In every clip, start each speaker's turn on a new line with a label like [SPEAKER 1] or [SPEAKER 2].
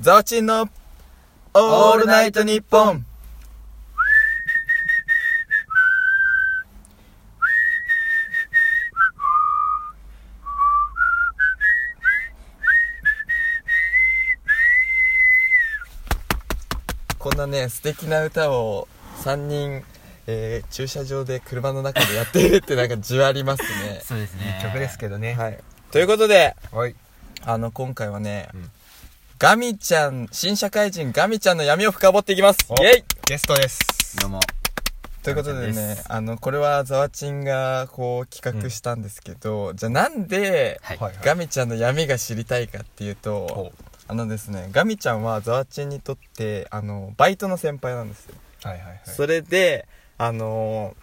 [SPEAKER 1] ザワチンのオールナイトニッポン。こんなね、素敵な歌を3人、えー駐車場で車の中でやっているってなんかじわりますね。
[SPEAKER 2] そうですね。
[SPEAKER 3] 曲ですけどね。
[SPEAKER 1] はい。ということで、
[SPEAKER 3] はい。
[SPEAKER 1] あの、今回はね、
[SPEAKER 3] うん
[SPEAKER 1] ガミちゃん、新社会人ガミちゃんの闇を深掘っていきます
[SPEAKER 3] お
[SPEAKER 1] イェイ
[SPEAKER 3] ゲストです。
[SPEAKER 2] どうも。
[SPEAKER 1] ということで
[SPEAKER 2] ガミちゃんで
[SPEAKER 1] ね
[SPEAKER 2] す、
[SPEAKER 1] あの、これはザワチンがこう企画したんですけど、じゃあなんで、
[SPEAKER 2] はい。
[SPEAKER 3] はい
[SPEAKER 1] ガミちゃんの闇が知りたいかっていうと、
[SPEAKER 3] ほ
[SPEAKER 1] あのですね、ガミちゃんはザワチンにとって、あの、バイトの先輩なんですよ。
[SPEAKER 3] うはいはいはい。
[SPEAKER 1] それで、あの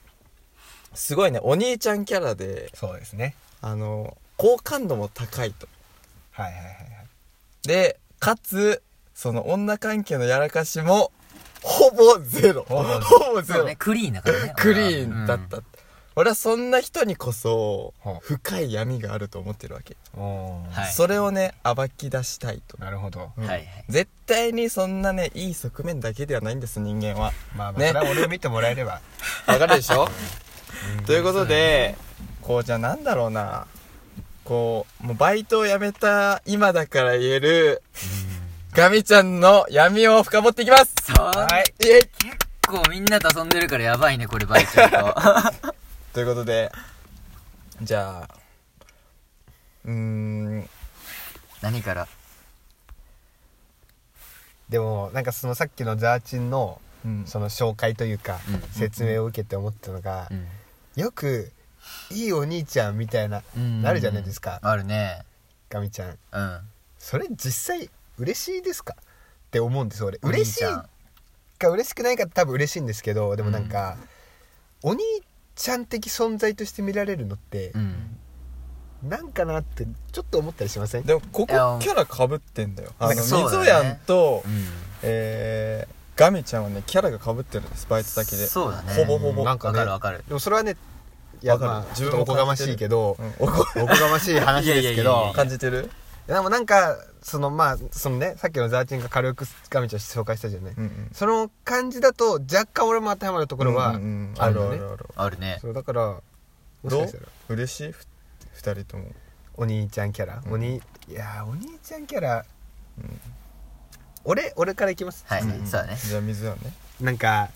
[SPEAKER 1] ーすごいね、お兄ちゃんキャラで、
[SPEAKER 3] そうですね。
[SPEAKER 1] あの好感度も高いと。
[SPEAKER 3] はいはいはい
[SPEAKER 1] でかつその女関係のやらかしもほぼゼロ
[SPEAKER 3] ほぼゼロ
[SPEAKER 1] ほぼゼ
[SPEAKER 2] そう
[SPEAKER 1] ロ、
[SPEAKER 2] ね、クリーンだ からね。
[SPEAKER 1] クリーンだっ
[SPEAKER 2] うん。
[SPEAKER 1] た、俺はそんな人にこそ
[SPEAKER 3] ほう
[SPEAKER 1] 深い闇があると思ってるわけ、
[SPEAKER 3] はい。おー
[SPEAKER 2] はい
[SPEAKER 1] それをね暴き出したいと、
[SPEAKER 3] なるほど。
[SPEAKER 1] うん
[SPEAKER 2] はいはい
[SPEAKER 1] 絶対にそんなねいい側面だけではないんです人間は
[SPEAKER 3] まあまあ、
[SPEAKER 1] ね
[SPEAKER 3] それは俺を見てもらえれば。
[SPEAKER 1] わかるでしょということで、こうじゃあなんだろうなこうもうバイトを辞めた今だから言えるガミちゃんの闇を深掘っていきます
[SPEAKER 2] そう。
[SPEAKER 3] はい。
[SPEAKER 1] イエイ
[SPEAKER 2] 結構みんなと遊んでるからやばいね、これ、バイちゃんと。
[SPEAKER 1] ということでじゃあうーん
[SPEAKER 2] 何から
[SPEAKER 3] でも、なんかそのさっきのザーチンの、
[SPEAKER 1] うん
[SPEAKER 3] その紹介というか、
[SPEAKER 2] うん
[SPEAKER 3] 説明を受けて思ったのが
[SPEAKER 2] う、ん。
[SPEAKER 3] よく、いいお兄ちゃんみたいな、
[SPEAKER 2] うん
[SPEAKER 3] なるじゃないですか、
[SPEAKER 2] あるね。
[SPEAKER 3] ガミちゃん。
[SPEAKER 2] うん。
[SPEAKER 3] それ実際、嬉しいですかって思うんです、俺。
[SPEAKER 2] お兄
[SPEAKER 3] 嬉し
[SPEAKER 2] ち
[SPEAKER 3] い
[SPEAKER 2] ゃん
[SPEAKER 3] か嬉しくないかって多分嬉しいんですけど、でもなんか、お兄ちゃん的存在として見られるのって
[SPEAKER 2] う、ん。
[SPEAKER 3] なんかなって、ちょっと思ったりしません
[SPEAKER 1] でもここキ
[SPEAKER 2] いや
[SPEAKER 1] ャラかぶってんだよあの
[SPEAKER 2] なんかそうだ
[SPEAKER 1] 溝
[SPEAKER 2] よね
[SPEAKER 1] やんと、
[SPEAKER 2] うん。
[SPEAKER 1] えー、ガミちゃんはねキャラがかぶってるんですバイト先で
[SPEAKER 2] そうだね。
[SPEAKER 1] ほぼほぼ
[SPEAKER 3] なんか
[SPEAKER 2] わ
[SPEAKER 3] ね
[SPEAKER 2] かるわかる。
[SPEAKER 3] でもそれはねいや
[SPEAKER 1] わかる
[SPEAKER 3] まあ
[SPEAKER 1] 自
[SPEAKER 3] ち
[SPEAKER 1] 分
[SPEAKER 3] ょっと
[SPEAKER 1] も
[SPEAKER 3] おこがましいけど、
[SPEAKER 1] うんおこ
[SPEAKER 3] おこがましい話です
[SPEAKER 2] い
[SPEAKER 3] け
[SPEAKER 2] やいやいやい
[SPEAKER 3] ど
[SPEAKER 2] や
[SPEAKER 1] 感じてる
[SPEAKER 3] でもなんかそのまあそのねさっきのザーチンが軽くガミちゃん紹介したじゃない、
[SPEAKER 1] うんうん
[SPEAKER 3] その感じだと若干俺も当てはまるところは
[SPEAKER 1] うんうんうん
[SPEAKER 3] あ
[SPEAKER 1] あ
[SPEAKER 3] る
[SPEAKER 1] る
[SPEAKER 3] よ
[SPEAKER 1] あ
[SPEAKER 3] ね、
[SPEAKER 1] るある
[SPEAKER 2] あるね。
[SPEAKER 3] そうだからもし
[SPEAKER 1] ど
[SPEAKER 3] か
[SPEAKER 1] う
[SPEAKER 3] したら
[SPEAKER 1] 嬉しいふ二人とも
[SPEAKER 3] お兄ちゃんキャラ、
[SPEAKER 1] うん
[SPEAKER 3] おにいやーお兄ちゃんキャラ、俺俺からいきます
[SPEAKER 2] はい。
[SPEAKER 1] うん
[SPEAKER 2] そうだね。
[SPEAKER 1] じゃあ水やね
[SPEAKER 3] なんか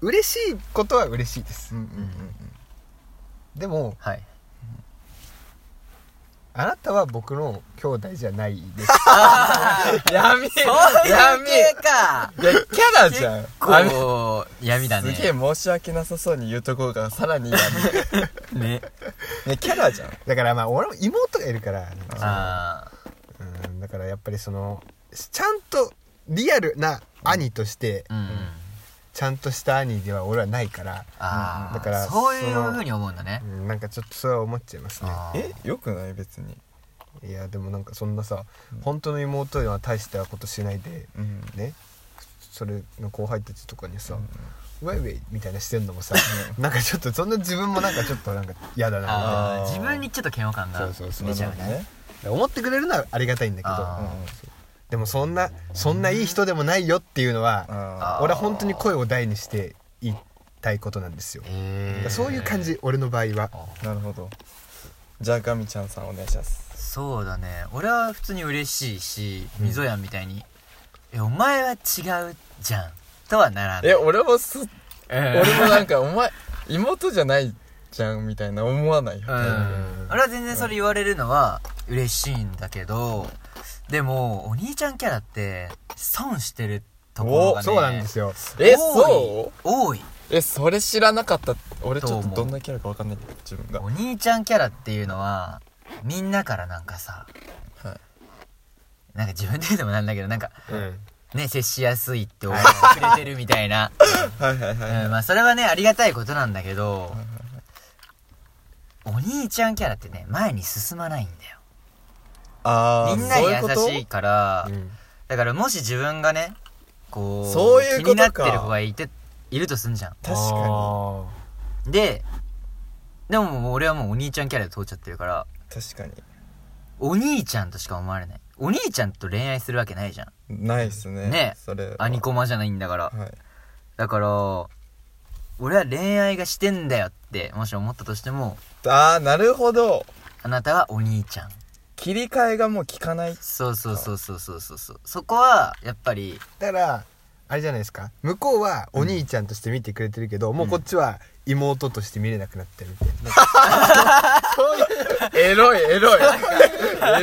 [SPEAKER 3] 嬉しいことは嬉しいです、
[SPEAKER 1] うん
[SPEAKER 3] でも
[SPEAKER 2] はい。
[SPEAKER 3] あなたは僕の兄弟じゃないです
[SPEAKER 1] 闇
[SPEAKER 2] そういう
[SPEAKER 1] 闇
[SPEAKER 2] 系か
[SPEAKER 1] いやキャラじゃんあれ
[SPEAKER 2] こう、闇だね。
[SPEAKER 1] すげえ申し訳なさそうに言うところがさらに 闇
[SPEAKER 2] ね。
[SPEAKER 1] ねキャラじゃん
[SPEAKER 3] だからまあ俺も妹がいるからなんかその
[SPEAKER 2] あ
[SPEAKER 3] うんだからやっぱりそのちゃんとリアルな兄として
[SPEAKER 2] あ。うんうん。
[SPEAKER 3] ちゃんとした兄では俺はないから、
[SPEAKER 2] ああ。
[SPEAKER 3] だから
[SPEAKER 2] そういう
[SPEAKER 3] その
[SPEAKER 2] ふうに思うんだね
[SPEAKER 3] う。ん、なんかちょっとそれは思っちゃいますね
[SPEAKER 2] あー
[SPEAKER 1] えよくない別に
[SPEAKER 3] いやでもなんかそんなさ本当の妹には大したことしないで
[SPEAKER 1] うん
[SPEAKER 3] ねそれの後輩たちとかにさ、ウェイウェイみたいなしてんのもさなんかちょっとそんな自分もなんかちょっとなんか嫌だな
[SPEAKER 1] あ
[SPEAKER 2] あ
[SPEAKER 1] ー
[SPEAKER 2] ー自分にちょっと嫌悪感が
[SPEAKER 3] そうそうそう
[SPEAKER 2] 出ちゃう
[SPEAKER 1] なる
[SPEAKER 2] ね。
[SPEAKER 3] 思ってくれるのはありがたいんだけど
[SPEAKER 1] ほど
[SPEAKER 2] あ
[SPEAKER 1] ね
[SPEAKER 3] でもそんなそんないい人でもないよっていうのは、
[SPEAKER 1] うんあ
[SPEAKER 2] あー
[SPEAKER 3] 俺は本当に声を大にして言いたいことなんですよ、
[SPEAKER 2] えー
[SPEAKER 3] そういう感じ俺の場合は
[SPEAKER 1] ーなるほどじゃあガミちゃんさんお願いします
[SPEAKER 2] そうだね俺は普通に嬉しいし溝やんみたいに「えお前は違うじゃん」とはならん
[SPEAKER 1] え俺もす
[SPEAKER 2] 俺
[SPEAKER 1] 俺もなんかお前妹じゃないじゃんみたいな思わないよ
[SPEAKER 2] うん俺は全然それ言われるのは嬉しいんだけどでもお兄ちゃんキャラって損してるところがね
[SPEAKER 3] そうなんですよ
[SPEAKER 1] えそ
[SPEAKER 2] 多い多い
[SPEAKER 1] えそれ知らなかった俺ちょっ
[SPEAKER 2] どう
[SPEAKER 1] と
[SPEAKER 2] 思う
[SPEAKER 1] どんなキャラかわかんないけど自分が
[SPEAKER 2] お兄ちゃんキャラっていうのはみんなからなんかさ
[SPEAKER 1] はい
[SPEAKER 2] なんか自分で言うのもなんだけどなんか
[SPEAKER 3] うん
[SPEAKER 2] ね接しやすいって思ってくれてるみたいな
[SPEAKER 1] はいはいはい
[SPEAKER 2] うんまあそれはねありがたいことなんだけどお兄ちゃんキャラってね前に進まないんだよ
[SPEAKER 1] ああ
[SPEAKER 2] みんなに優
[SPEAKER 1] そう
[SPEAKER 2] し
[SPEAKER 1] いう
[SPEAKER 2] い
[SPEAKER 1] こ
[SPEAKER 2] から
[SPEAKER 3] うん
[SPEAKER 2] だからもし自分がねこう
[SPEAKER 1] そういうことか
[SPEAKER 2] 気になってる子がいているとすんじゃ
[SPEAKER 1] と確か
[SPEAKER 2] んででももう俺はもうお兄ちゃんキャラで通っちゃってるから
[SPEAKER 1] に確かに
[SPEAKER 2] お兄ちゃんとしか思われないお兄ちゃんと恋愛するわけないじゃん
[SPEAKER 1] ないっすね。
[SPEAKER 2] ね
[SPEAKER 1] それは。
[SPEAKER 2] 兄コマじゃないんだから
[SPEAKER 1] はい。
[SPEAKER 2] だから俺は恋愛がしてんだよってもし思ったとしても
[SPEAKER 1] あー、なるほど。
[SPEAKER 2] あなたはお兄ちゃん
[SPEAKER 1] 切り替えがもう効かない。
[SPEAKER 2] そうそうそうそうそうそうそうそこはやっぱり
[SPEAKER 3] だからあれじゃないですか向こうはお兄ちゃんとして見てくれてるけど、もうこっちは妹として見れなくなってるみたいな
[SPEAKER 1] そういう、エロい、エロい。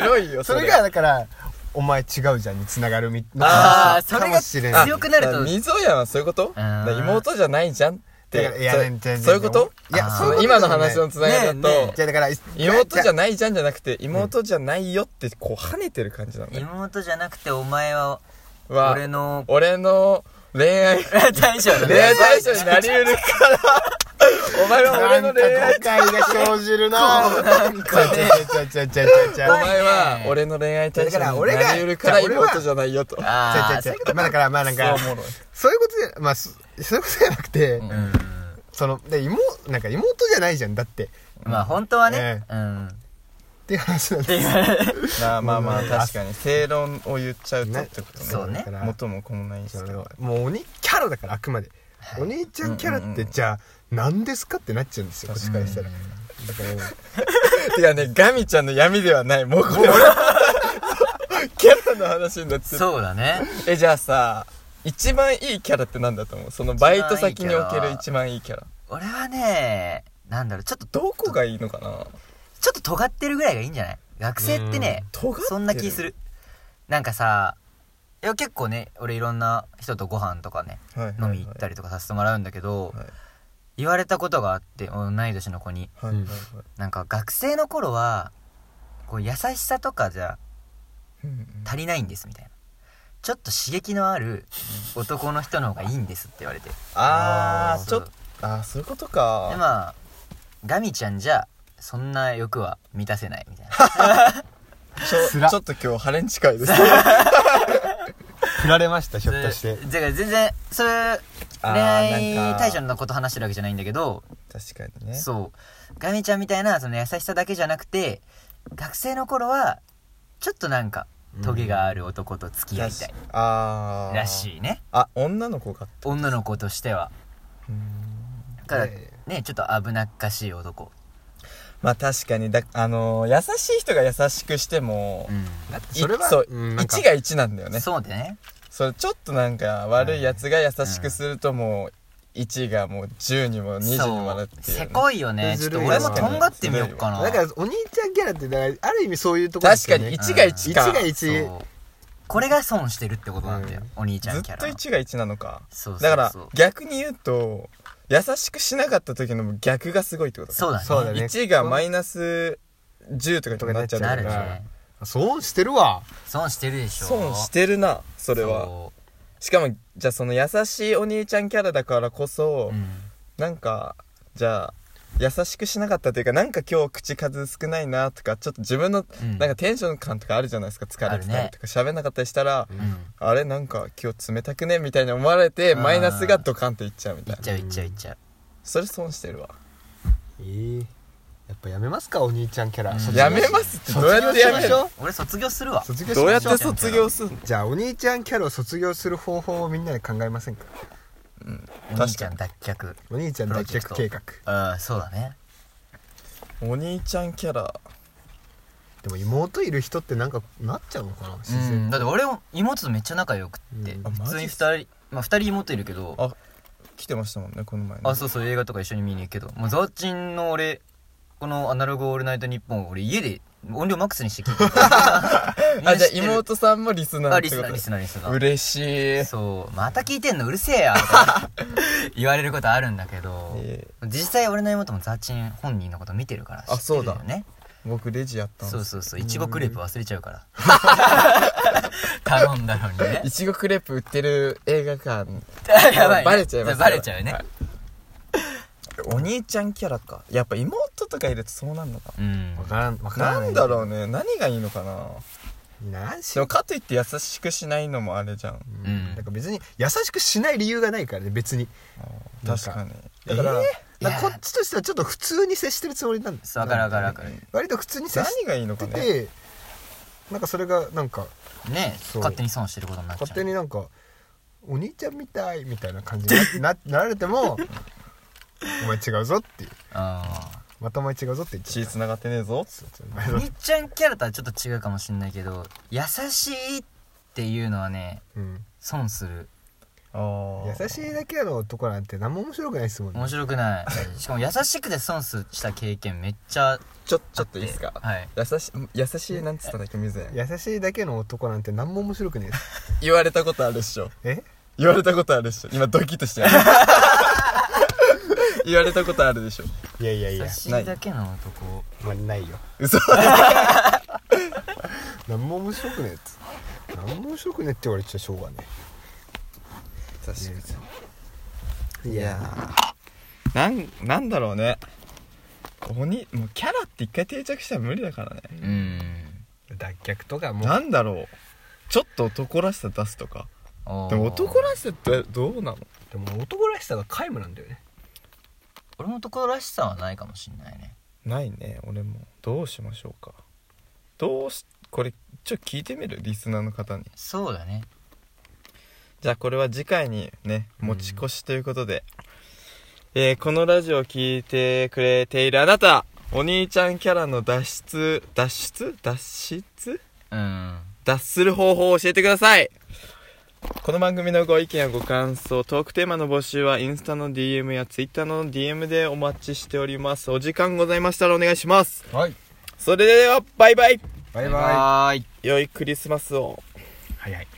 [SPEAKER 1] エロいよ、
[SPEAKER 3] そ
[SPEAKER 1] そ
[SPEAKER 3] れ
[SPEAKER 1] れ
[SPEAKER 3] が。だから「お前違うじゃん」につながるみ
[SPEAKER 2] ああそ
[SPEAKER 3] か
[SPEAKER 2] れ
[SPEAKER 3] も
[SPEAKER 2] が
[SPEAKER 3] しれない
[SPEAKER 2] 強くなると
[SPEAKER 1] 溝やんはそういうこと
[SPEAKER 2] ー
[SPEAKER 1] だから妹じゃないじゃんっ
[SPEAKER 3] だから
[SPEAKER 1] て。
[SPEAKER 3] いや
[SPEAKER 1] そ
[SPEAKER 3] 全然
[SPEAKER 1] そういうこと
[SPEAKER 3] いや
[SPEAKER 2] あー
[SPEAKER 3] そういうこと
[SPEAKER 1] 今の話のつながり
[SPEAKER 2] ねえ
[SPEAKER 1] だ
[SPEAKER 2] ね
[SPEAKER 1] と
[SPEAKER 3] じ、ゃあだから
[SPEAKER 1] 妹じゃ
[SPEAKER 3] ん
[SPEAKER 1] ないじゃんじゃなくて、妹じゃないよってこう跳ねてる感じなのね。
[SPEAKER 2] 妹じゃなくてお前は
[SPEAKER 1] は
[SPEAKER 2] 俺の
[SPEAKER 1] 俺の恋愛、
[SPEAKER 2] 大将だ
[SPEAKER 1] 恋愛
[SPEAKER 2] ね
[SPEAKER 1] 対象になりうるから、お前は俺
[SPEAKER 3] なん
[SPEAKER 1] の
[SPEAKER 3] か
[SPEAKER 1] 恋愛
[SPEAKER 3] 誤解が生じるな
[SPEAKER 2] なん
[SPEAKER 3] ちゃ
[SPEAKER 2] か
[SPEAKER 3] ち
[SPEAKER 2] ね
[SPEAKER 3] ゃちゃちゃちゃちゃち
[SPEAKER 1] お
[SPEAKER 3] ゃ
[SPEAKER 1] 前は俺の恋愛対象になりうるから
[SPEAKER 3] だから俺が
[SPEAKER 1] 妹じゃないよと。
[SPEAKER 2] ああ
[SPEAKER 3] ちゃちゃちゃまあだからまあなん
[SPEAKER 1] そう
[SPEAKER 3] か
[SPEAKER 1] おもろい。
[SPEAKER 3] そういうことじゃまあそそういうことじゃなくて、
[SPEAKER 2] うん
[SPEAKER 3] そので妹なんか妹じゃないじゃんだってっ
[SPEAKER 2] まあ本当はねうん
[SPEAKER 3] ていう話なん
[SPEAKER 2] って
[SPEAKER 3] で
[SPEAKER 2] いう
[SPEAKER 1] まあまあまあ
[SPEAKER 3] うん
[SPEAKER 1] 確かに正論を言っちゃうとってことね
[SPEAKER 2] そうね
[SPEAKER 3] だから
[SPEAKER 1] 元も子もないです
[SPEAKER 3] そ
[SPEAKER 1] けど
[SPEAKER 3] のもう鬼キャラだからあくまで、お兄ちゃんキャラって、
[SPEAKER 1] うんうんうん
[SPEAKER 3] じゃあ何ですかってなっちゃうんですよこっちからしたら、だからもう
[SPEAKER 1] てかねガミちゃんの闇ではないもうこ れ俺キャラの話になってる
[SPEAKER 2] そうだね
[SPEAKER 1] えじゃあさ一番いいキャラってなんだと思うそのバイト先における一番いいキャラ
[SPEAKER 2] 俺はねなんだろうちょっと
[SPEAKER 1] どこがいいのかな
[SPEAKER 2] ちょっと尖ってるぐらいがいいんじゃない学生ってね
[SPEAKER 1] うん尖ってる
[SPEAKER 2] そんな気するなんかさいや結構ね俺いろんな人とご飯とかね
[SPEAKER 1] はいはいは
[SPEAKER 2] 飲
[SPEAKER 1] い
[SPEAKER 2] み行ったりとかさせてもらうんだけど、
[SPEAKER 1] はい
[SPEAKER 2] 言われたことがあって同い年の子に
[SPEAKER 1] はいはいはい
[SPEAKER 2] なんか学生の頃はこう優しさとかじゃ
[SPEAKER 1] うんうん
[SPEAKER 2] 足りないんですみたいなちょっと刺激のある男の人の方がいいんですって言われて
[SPEAKER 1] あ
[SPEAKER 2] あ
[SPEAKER 1] ー
[SPEAKER 2] ー
[SPEAKER 1] ちょっとあーそういうこと
[SPEAKER 2] で
[SPEAKER 1] か
[SPEAKER 2] まあガミちゃんじゃそんな欲は満たせないみたいな
[SPEAKER 1] ちょ
[SPEAKER 3] つら
[SPEAKER 1] ちょっと今日ハレンチ会です
[SPEAKER 3] 振られましたひょっとして
[SPEAKER 2] だから全然そういう
[SPEAKER 1] あー
[SPEAKER 2] 恋愛
[SPEAKER 1] なんか
[SPEAKER 2] 対象のこと話してるわけじゃないんだけど
[SPEAKER 1] 確かにね
[SPEAKER 2] そうガミちゃんみたいなその優しさだけじゃなくて学生の頃はちょっとなんかトゲがある男と付き合いたい
[SPEAKER 1] あー
[SPEAKER 2] らしいね
[SPEAKER 1] あ女の子が
[SPEAKER 2] 女の子としてはだから
[SPEAKER 3] いやいや
[SPEAKER 2] ねちょっと危なっかしい男
[SPEAKER 1] まあ確かにだあのー優しい人が優しくしても、
[SPEAKER 2] う
[SPEAKER 3] だってそれは
[SPEAKER 1] そう、
[SPEAKER 3] うんなんか
[SPEAKER 1] 1が1なんだよ
[SPEAKER 2] ん
[SPEAKER 1] ねそ
[SPEAKER 2] そうでね
[SPEAKER 1] れちょっとなんか悪いやつが優しくするともう1がもう10にも20にもな
[SPEAKER 2] そ
[SPEAKER 1] っ
[SPEAKER 2] う
[SPEAKER 1] ていうね、
[SPEAKER 2] せこいよねちょ
[SPEAKER 3] ず
[SPEAKER 2] っ
[SPEAKER 3] る
[SPEAKER 2] と
[SPEAKER 3] い
[SPEAKER 2] 俺もとんがってみようかな
[SPEAKER 3] だからお兄ちゃんキャラってだからある意味そういうところで
[SPEAKER 1] 確
[SPEAKER 3] す
[SPEAKER 1] か
[SPEAKER 3] よね
[SPEAKER 1] に1が1か、
[SPEAKER 3] 1が
[SPEAKER 2] そ
[SPEAKER 3] 1
[SPEAKER 2] うこれが損してるってことなんだよ、
[SPEAKER 3] うん
[SPEAKER 2] お兄ちゃ
[SPEAKER 1] ず
[SPEAKER 2] ん
[SPEAKER 1] っ
[SPEAKER 2] キャ
[SPEAKER 1] と
[SPEAKER 2] ラの
[SPEAKER 1] 1が1なのか
[SPEAKER 2] そうそうそう
[SPEAKER 1] だから逆に言うと優しくしなかった時の逆がすごいってこと
[SPEAKER 2] そうだね
[SPEAKER 3] そうだね
[SPEAKER 1] 1がマイナス10とかになっちゃう
[SPEAKER 2] なる
[SPEAKER 1] から
[SPEAKER 2] ね
[SPEAKER 3] 損してるわ
[SPEAKER 2] 損してるでしょ
[SPEAKER 1] 損してるなそれは
[SPEAKER 2] そう
[SPEAKER 1] しかもじゃあその優しいお兄ちゃんキャラだからこそ、
[SPEAKER 2] うん
[SPEAKER 1] なんかじゃあ優しくしなかったというかなんか今日口数少ないなとかちょっと自分の、
[SPEAKER 2] うん
[SPEAKER 1] なんかテンション感とかあるじゃないですか疲れて
[SPEAKER 2] あ
[SPEAKER 1] た
[SPEAKER 2] る
[SPEAKER 1] り
[SPEAKER 2] ね
[SPEAKER 1] とか喋、んなかったりしたら、
[SPEAKER 2] うん
[SPEAKER 1] あれなんか今日冷たくねみたいに思われて
[SPEAKER 2] うん
[SPEAKER 1] マイナスがドカンっていっちゃうみ
[SPEAKER 2] い
[SPEAKER 1] たい
[SPEAKER 2] っ
[SPEAKER 1] な
[SPEAKER 2] ちゃういっちゃういっちゃう
[SPEAKER 1] それ損してるわ
[SPEAKER 3] えーやっぱやめますかお兄ちゃんキャラ、
[SPEAKER 2] うん
[SPEAKER 3] 卒業
[SPEAKER 1] やめますってどうやってやめ
[SPEAKER 3] 卒業しまし
[SPEAKER 1] る
[SPEAKER 3] ょう
[SPEAKER 2] 俺卒業するわ
[SPEAKER 3] 卒業しましょ
[SPEAKER 1] どうやって卒業するの
[SPEAKER 3] じゃあお兄ちゃんキャラを卒業する方法をみんなで考えませんか
[SPEAKER 2] お兄ちゃん脱却
[SPEAKER 3] お兄ちゃん脱却計画
[SPEAKER 2] ああそうだね
[SPEAKER 1] お兄ちゃんキャラ
[SPEAKER 3] でも妹いる人ってなんかなっちゃうのかな自
[SPEAKER 2] う
[SPEAKER 3] 然
[SPEAKER 2] んだって俺も妹とめっちゃ仲良くって、
[SPEAKER 3] うん
[SPEAKER 1] あ
[SPEAKER 2] 普通
[SPEAKER 1] マジ
[SPEAKER 2] に
[SPEAKER 1] っ
[SPEAKER 2] 2
[SPEAKER 1] す
[SPEAKER 2] 人まあ2人妹いるけど
[SPEAKER 1] あ来てましたもんねこの前ね
[SPEAKER 2] あそうそう映画とか一緒に見に行くけどもうザワチンの俺この「アナログオールナイトニッポン」俺家で音量マックスにして聞いてるみん な
[SPEAKER 1] あじゃあ
[SPEAKER 2] 知ってる
[SPEAKER 1] 妹さんもリスナー
[SPEAKER 2] あ
[SPEAKER 1] って
[SPEAKER 2] リス
[SPEAKER 1] こ
[SPEAKER 2] ナ
[SPEAKER 1] と
[SPEAKER 2] ーリスナーリスナー
[SPEAKER 1] 嬉しい、
[SPEAKER 2] そうまた聞いてんのうるせえや みたいな言われることあるんだけど、
[SPEAKER 1] え
[SPEAKER 2] 実際俺の妹もザワチン本人のこと見てるから
[SPEAKER 1] あそうだ
[SPEAKER 2] 知ってるよね
[SPEAKER 1] 僕レジやったんです
[SPEAKER 2] そうそうそういちごクレープ忘れちゃうから頼んだのにね
[SPEAKER 1] いちごクレープ売ってる映画館
[SPEAKER 2] やばいね
[SPEAKER 1] バレちゃいます
[SPEAKER 2] バレちゃうね、
[SPEAKER 1] はいお兄ちゃんキャラかやっぱ妹とかいるとそうなんのか
[SPEAKER 2] うん
[SPEAKER 3] わからんわから
[SPEAKER 1] な
[SPEAKER 3] ない
[SPEAKER 1] なんだろうね何がいいのかな
[SPEAKER 3] なんし
[SPEAKER 1] でもかといって優しくしないのもあれじゃん
[SPEAKER 2] うん
[SPEAKER 3] なんか別に優しくしない理由がないからね別になんか
[SPEAKER 1] 確かに
[SPEAKER 3] だから,、
[SPEAKER 2] ーいや
[SPEAKER 3] こっちとしてはちょっと普通に接してるつもりなんです
[SPEAKER 2] そうわかるわかるわかる
[SPEAKER 3] 割と普通に接し
[SPEAKER 1] 何がいいのか
[SPEAKER 3] て
[SPEAKER 1] ね
[SPEAKER 3] てなんかそれがなんか
[SPEAKER 2] ね
[SPEAKER 3] そう
[SPEAKER 2] 勝手に損してることになっちゃう
[SPEAKER 3] 勝手になんかお兄ちゃんみたいみたいな感じになななられてもお前違うぞっていう
[SPEAKER 2] あ
[SPEAKER 3] またお前違うぞって言っち
[SPEAKER 1] 血
[SPEAKER 3] ゃう
[SPEAKER 1] 繋がってねえぞ
[SPEAKER 3] そうそうお前
[SPEAKER 2] ー
[SPEAKER 3] だ
[SPEAKER 2] お兄ちゃんキャラとはちょっと違うかもしんないけど優しいっていうのはね
[SPEAKER 3] うん、
[SPEAKER 2] 損する
[SPEAKER 1] ああ
[SPEAKER 3] 優しいだけの男なんて何も面白くないですもんね
[SPEAKER 2] 面白くないしかも優しくて損すした経験めっちゃ
[SPEAKER 1] ちょちょっといいっすか
[SPEAKER 2] はい
[SPEAKER 1] 優し優しいなんつったんだっけ水谷
[SPEAKER 3] 優しいだけの男なんて何も面白くないです
[SPEAKER 1] 言われたことあるっしょ
[SPEAKER 3] え
[SPEAKER 1] 言われたことあるっしょ今ドキッとしてる言われたことあるでしょ
[SPEAKER 3] いやいやいや
[SPEAKER 2] 優、しいだけの男
[SPEAKER 3] まあ、ないよ
[SPEAKER 1] 嘘
[SPEAKER 3] 何も面白くねえっつ何も面白くねえって言われちゃしょうがねえ
[SPEAKER 1] いやーなんなんだろうね鬼もうキャラって一回定着したら無理だからね
[SPEAKER 2] うん
[SPEAKER 3] 脱却とかもう
[SPEAKER 1] なんだろうちょっと男らしさ出すとか
[SPEAKER 2] おー
[SPEAKER 1] でも男らしさってどうなの
[SPEAKER 3] でも男らしさが皆無なんだよね
[SPEAKER 2] 俺も男らしさはないかもしんないね
[SPEAKER 1] ないね俺もどうしましょうかどうしこれちょっと聞いてみるリスナーの方に
[SPEAKER 2] そうだね
[SPEAKER 1] じゃあこれは次回にね
[SPEAKER 3] うん
[SPEAKER 1] 持ち越しということで、えーこのラジオを聞いてくれているあなたお兄ちゃんキャラの脱出脱出脱出
[SPEAKER 2] うん
[SPEAKER 1] 脱する方法を教えてくださいこの番組のご意見やご感想トークテーマの募集はインスタの DM や Twitter の DM でお待ちしておりますお時間ございましたらお願いします
[SPEAKER 3] はい
[SPEAKER 1] それではバイバイ
[SPEAKER 3] バイバイ
[SPEAKER 2] バイバイ
[SPEAKER 1] 良いクリスマスを
[SPEAKER 3] 早い